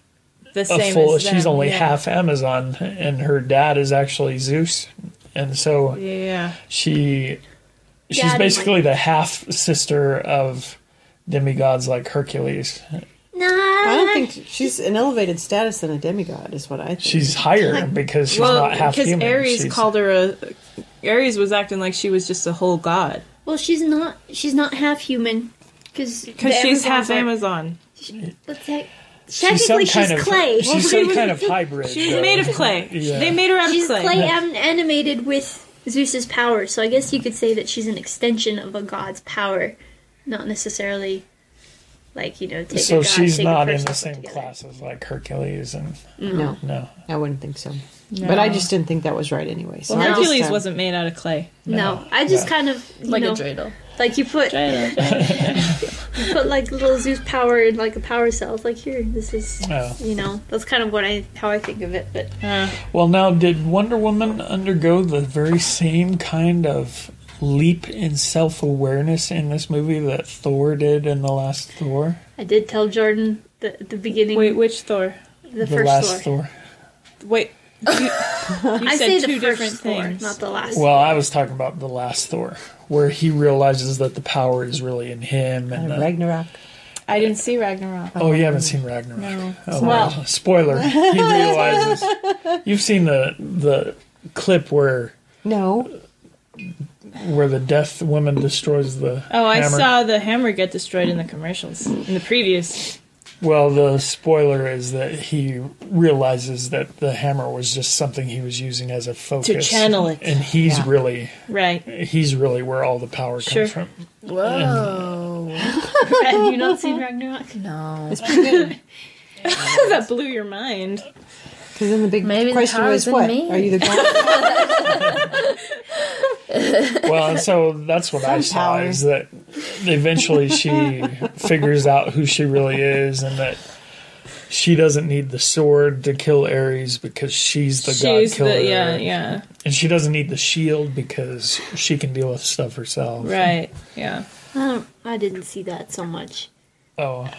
Speaker 7: The
Speaker 3: a
Speaker 7: same
Speaker 3: full.
Speaker 7: as them.
Speaker 3: She's only
Speaker 7: yeah.
Speaker 3: half Amazon, and her dad is actually Zeus, and so
Speaker 7: Yeah, yeah.
Speaker 3: she she's
Speaker 8: Dad is
Speaker 3: basically the half sister of demigods like Hercules.
Speaker 8: nah,
Speaker 4: I don't think she's an elevated status than a demigod, is what I think.
Speaker 3: She's
Speaker 7: [laughs]
Speaker 3: higher because she's
Speaker 7: well,
Speaker 3: not half
Speaker 7: because
Speaker 3: human.
Speaker 7: Ares
Speaker 3: She's-
Speaker 7: called her a. Ares was acting like she was just a whole god
Speaker 8: well, she's not. She's not half human because
Speaker 7: because she's half Amazon.
Speaker 8: Let's say-
Speaker 3: she's some
Speaker 8: Technically, she's,
Speaker 3: kind of
Speaker 7: [laughs]
Speaker 8: clay.
Speaker 3: She's some kind of hybrid.
Speaker 7: She's
Speaker 3: though.
Speaker 7: made of clay.
Speaker 3: Yeah.
Speaker 7: They made her out
Speaker 8: She's
Speaker 7: of clay.
Speaker 8: clay am- animated with Zeus's power, so I guess you could say that she's an extension of a god's power, not necessarily like you know. Take a
Speaker 3: So
Speaker 8: god,
Speaker 3: she's
Speaker 8: take a
Speaker 3: not in
Speaker 8: person,
Speaker 3: the
Speaker 8: put
Speaker 3: same
Speaker 8: together.
Speaker 3: class as like Hercules and
Speaker 4: No,
Speaker 3: no.
Speaker 4: I wouldn't think so. But I just didn't think that was right anyway. So
Speaker 7: Well,
Speaker 4: I just,
Speaker 7: Hercules
Speaker 4: um,
Speaker 7: wasn't made out of clay.
Speaker 8: No, I just kind of you
Speaker 5: like
Speaker 8: know,
Speaker 5: a dreidel.
Speaker 8: like you put
Speaker 7: Dreidel.
Speaker 8: [laughs] you put like little Zeus power in like a power cell. It's like here, this is
Speaker 3: Oh.
Speaker 8: you know that's kind of what I how I think of it. But
Speaker 7: Uh,
Speaker 3: Well, now did Wonder Woman undergo the very same kind of leap in self awareness in this movie that Thor did in the last Thor,
Speaker 8: I did tell Jordan that at the beginning
Speaker 7: wait, which Thor?
Speaker 8: the
Speaker 3: the
Speaker 8: first
Speaker 3: last
Speaker 8: Thor.
Speaker 3: Thor.
Speaker 7: Wait. You, you
Speaker 8: I
Speaker 7: said
Speaker 8: say
Speaker 7: two
Speaker 8: the
Speaker 7: different
Speaker 8: first Thor,
Speaker 7: things.
Speaker 8: not the last.
Speaker 3: Well, I was talking about the last Thor, where he realizes that the power is really in him. And that-
Speaker 4: Uh, Ragnarok.
Speaker 7: I didn't see Ragnarok.
Speaker 3: oh, you haven't seen Ragnarok?
Speaker 7: No.
Speaker 3: Oh,
Speaker 8: Well-
Speaker 3: well,
Speaker 7: [laughs]
Speaker 3: spoiler. He realizes. You've seen the the clip where
Speaker 4: No,
Speaker 3: where the deaf woman destroys the.
Speaker 7: Oh, I
Speaker 3: hammer.
Speaker 7: saw the hammer get destroyed in the commercials in the previews.
Speaker 3: Well, the spoiler is that he realizes that the hammer was just something he was using as a focus
Speaker 7: channel it.
Speaker 3: and he's really
Speaker 7: Right.
Speaker 3: he's really where all the power
Speaker 7: Sure.
Speaker 3: comes from.
Speaker 5: Whoa.
Speaker 6: Uh,
Speaker 8: Have you not
Speaker 7: [laughs]
Speaker 8: seen Ragnarok?
Speaker 5: No.
Speaker 6: [laughs]
Speaker 7: that blew your mind.
Speaker 4: because then the big
Speaker 5: Maybe the
Speaker 4: question
Speaker 5: power
Speaker 4: was,
Speaker 5: is in
Speaker 4: what
Speaker 5: me.
Speaker 4: are you the god?
Speaker 3: Well, and so that's what I
Speaker 4: Some
Speaker 3: saw
Speaker 4: power.
Speaker 3: is that eventually
Speaker 6: [laughs]
Speaker 3: she figures out who she really is and that she doesn't need the sword to kill Ares because she's the god
Speaker 6: She's
Speaker 3: killer.
Speaker 6: the yeah, yeah,
Speaker 3: And she doesn't need the shield because she can deal with stuff herself.
Speaker 6: right, yeah.
Speaker 5: I, don't, I didn't see that so much.
Speaker 3: Oh.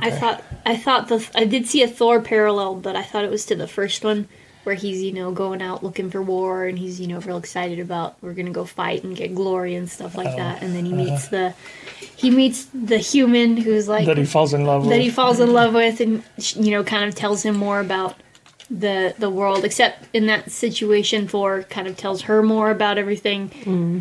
Speaker 5: I thought I thought the I did see a Thor parallel, but I thought it was to the first one where he's you know going out looking for war and he's you know real excited about we're gonna go fight and get glory and stuff
Speaker 3: Uh-huh.
Speaker 5: like that. And then he meets the he meets the human who's like
Speaker 3: That he falls in love with.
Speaker 5: that he falls in love with and sh- you know kind of tells him more about the the world except in that situation Thor kind of tells her more about everything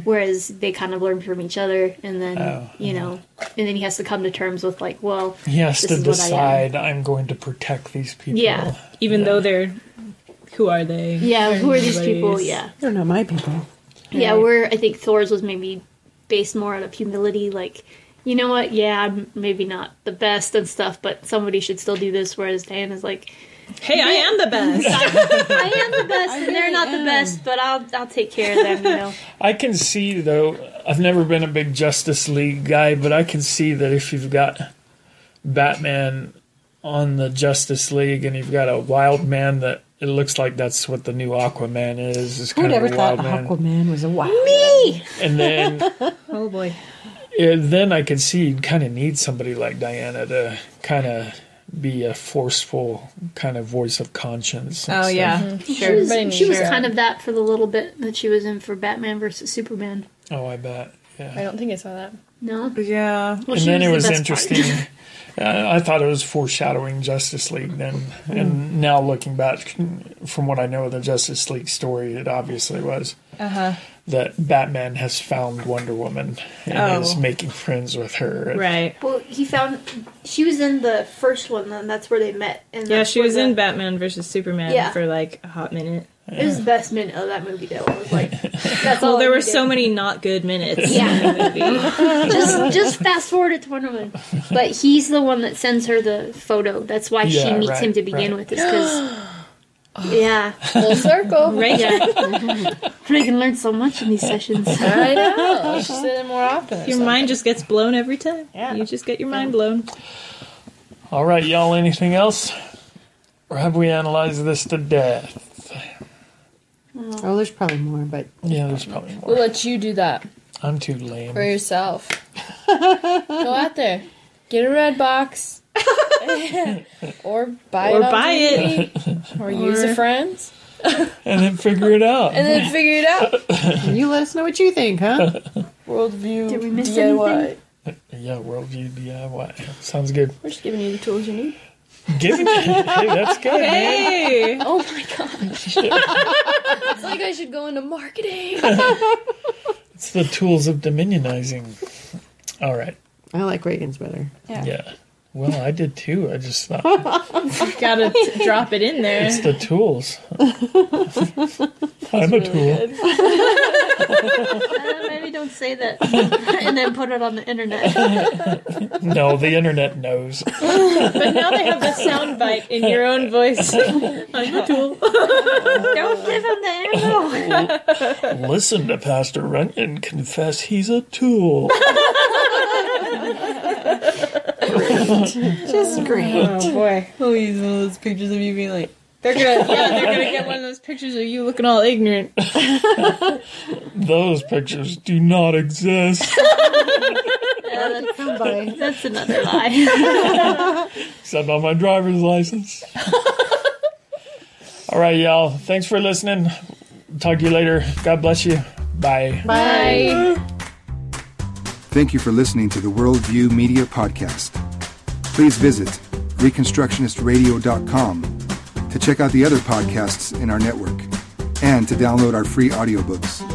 Speaker 5: whereas they kind of learn from each other and then
Speaker 3: Mm. Oh,
Speaker 5: you know and then he has to come to terms with like well
Speaker 3: he has
Speaker 5: this
Speaker 3: to
Speaker 5: is what I am.
Speaker 3: decide I'm going to protect these people.
Speaker 5: Yeah.
Speaker 6: Even though they're, who are they?
Speaker 5: yeah who are these
Speaker 6: Everybody's-
Speaker 5: people yeah
Speaker 4: They're not my people.
Speaker 5: yeah where I think Thor's was maybe based more out of humility like you know what yeah I'm maybe not the best and stuff but somebody should still do this whereas Dan is like
Speaker 6: Hey, I am the best.
Speaker 5: [laughs] I am the best, and they're not the best, but I'll I'll take care of them. You
Speaker 6: [laughs]
Speaker 5: know,
Speaker 3: I can see though. I've never been a big Justice League guy, but I can see that if you've got Batman on the Justice League and you've got a wild man that it looks like that's what the new Aquaman is. is
Speaker 4: Who
Speaker 3: kind
Speaker 4: would
Speaker 3: of
Speaker 4: ever
Speaker 3: a
Speaker 4: thought
Speaker 3: wild man.
Speaker 4: Aquaman was a wild?
Speaker 3: And
Speaker 4: [laughs]
Speaker 3: then
Speaker 6: oh boy.
Speaker 3: and then I can see you'd kind of need somebody like Diana to kind of be a forceful kind of voice of conscience. and
Speaker 4: Oh
Speaker 3: stuff.
Speaker 4: yeah,
Speaker 5: she
Speaker 4: sure.
Speaker 5: was,
Speaker 7: Everybody
Speaker 5: she was
Speaker 7: knew her.
Speaker 5: kind of that for the little bit that she was in for Batman versus Superman.
Speaker 3: Oh, I bet. Yeah.
Speaker 7: I don't think I saw that.
Speaker 5: No,
Speaker 4: Yeah.
Speaker 5: well,
Speaker 3: and
Speaker 5: she
Speaker 3: then it was
Speaker 5: the best part.
Speaker 3: interesting.
Speaker 5: [laughs]
Speaker 3: Uh, I I thought it was foreshadowing Justice League then,
Speaker 5: Hmm.
Speaker 3: and now looking back, from what I know of the Justice League story, it obviously was
Speaker 5: Uh-huh.
Speaker 3: that Batman has found Wonder Woman and
Speaker 6: Oh.
Speaker 3: is making friends with her.
Speaker 6: Right.
Speaker 5: well, he found she was in the first one, and that's where they met. And
Speaker 6: Yeah,
Speaker 5: that's
Speaker 6: she was
Speaker 5: where
Speaker 6: in
Speaker 5: the-
Speaker 6: Batman versus Superman
Speaker 5: Yeah.
Speaker 6: for like a hot minute.
Speaker 5: It was the best minute of that movie, though. It was like that's all.
Speaker 6: Well, there
Speaker 5: we
Speaker 6: were
Speaker 5: did.
Speaker 6: so many not good minutes.
Speaker 5: Yeah.
Speaker 6: in the movie.
Speaker 5: just [laughs] just fast forward it to Wonder Woman. But he's the one that sends her the photo. That's why she
Speaker 3: Yeah,
Speaker 5: meets
Speaker 3: right,
Speaker 5: him to begin
Speaker 3: right.
Speaker 5: with.
Speaker 3: [gasps]
Speaker 5: Is because yeah,
Speaker 7: Full circle.
Speaker 6: Right?
Speaker 5: yeah. I can learn so much in these sessions.
Speaker 7: I know. You should say that more often. or
Speaker 6: Your
Speaker 7: something.
Speaker 6: mind just gets blown every time. Yeah. You just get your mind blown.
Speaker 3: All right, y'all. Anything else, or have we analyzed this to death?
Speaker 4: Oh, there's probably more, but
Speaker 3: Yeah, there's probably more.
Speaker 7: We'll let you do that
Speaker 3: I'm too
Speaker 7: for
Speaker 3: lame.
Speaker 7: yourself. [laughs] Go out there, get a red [laughs] box, or buy
Speaker 6: Or
Speaker 7: it on
Speaker 6: buy
Speaker 7: DVD, or use a friend's,
Speaker 3: And then figure it
Speaker 5: [laughs]
Speaker 3: out.
Speaker 7: and then figure it out.
Speaker 4: you let us know what you think, huh?
Speaker 7: Worldview
Speaker 5: Did we miss
Speaker 7: DIY.
Speaker 5: anything?
Speaker 3: yeah, worldview DIY sounds good.
Speaker 7: We're just giving you the tools you need.
Speaker 3: Give me. hey, that's good. man.
Speaker 6: Hey!
Speaker 7: Oh my gosh! it's like I should go into marketing.
Speaker 3: [laughs] It's the tools of dominionizing. All right.
Speaker 4: I like Reagan's better.
Speaker 3: Yeah. Well, I did too. I just thought
Speaker 7: [laughs]
Speaker 6: Gotta t- drop it in there. [laughs]
Speaker 3: it's the tools. I'm a tool.
Speaker 5: Uh, maybe don't say
Speaker 6: [laughs]
Speaker 5: that and then put it on the internet.
Speaker 3: [laughs] No, the internet knows.
Speaker 6: [laughs] But now they have the sound bite in your own
Speaker 3: [laughs]
Speaker 6: voice. I'm a tool.
Speaker 5: Don't give him the ammo.
Speaker 3: Listen to Pastor Runyon confess he's a tool.
Speaker 4: Just great.
Speaker 6: Oh boy.
Speaker 7: I'll use one of those pictures of you being like,
Speaker 6: They're gonna yeah, they're gonna get one of those pictures of you looking all ignorant.
Speaker 3: Those pictures do not
Speaker 5: [laughs]
Speaker 3: exist.
Speaker 4: Come by. [laughs]
Speaker 5: That's another lie.
Speaker 3: Except on my driver's
Speaker 5: [laughs]
Speaker 3: license. All right, y'all. Thanks for listening. Talk to you later. God bless you. Bye.
Speaker 7: "Bye."
Speaker 2: Thank you for listening to the Worldview Media Podcast. Please visit ReconstructionistRadio.com to check out the other podcasts in our network and to download our free audiobooks.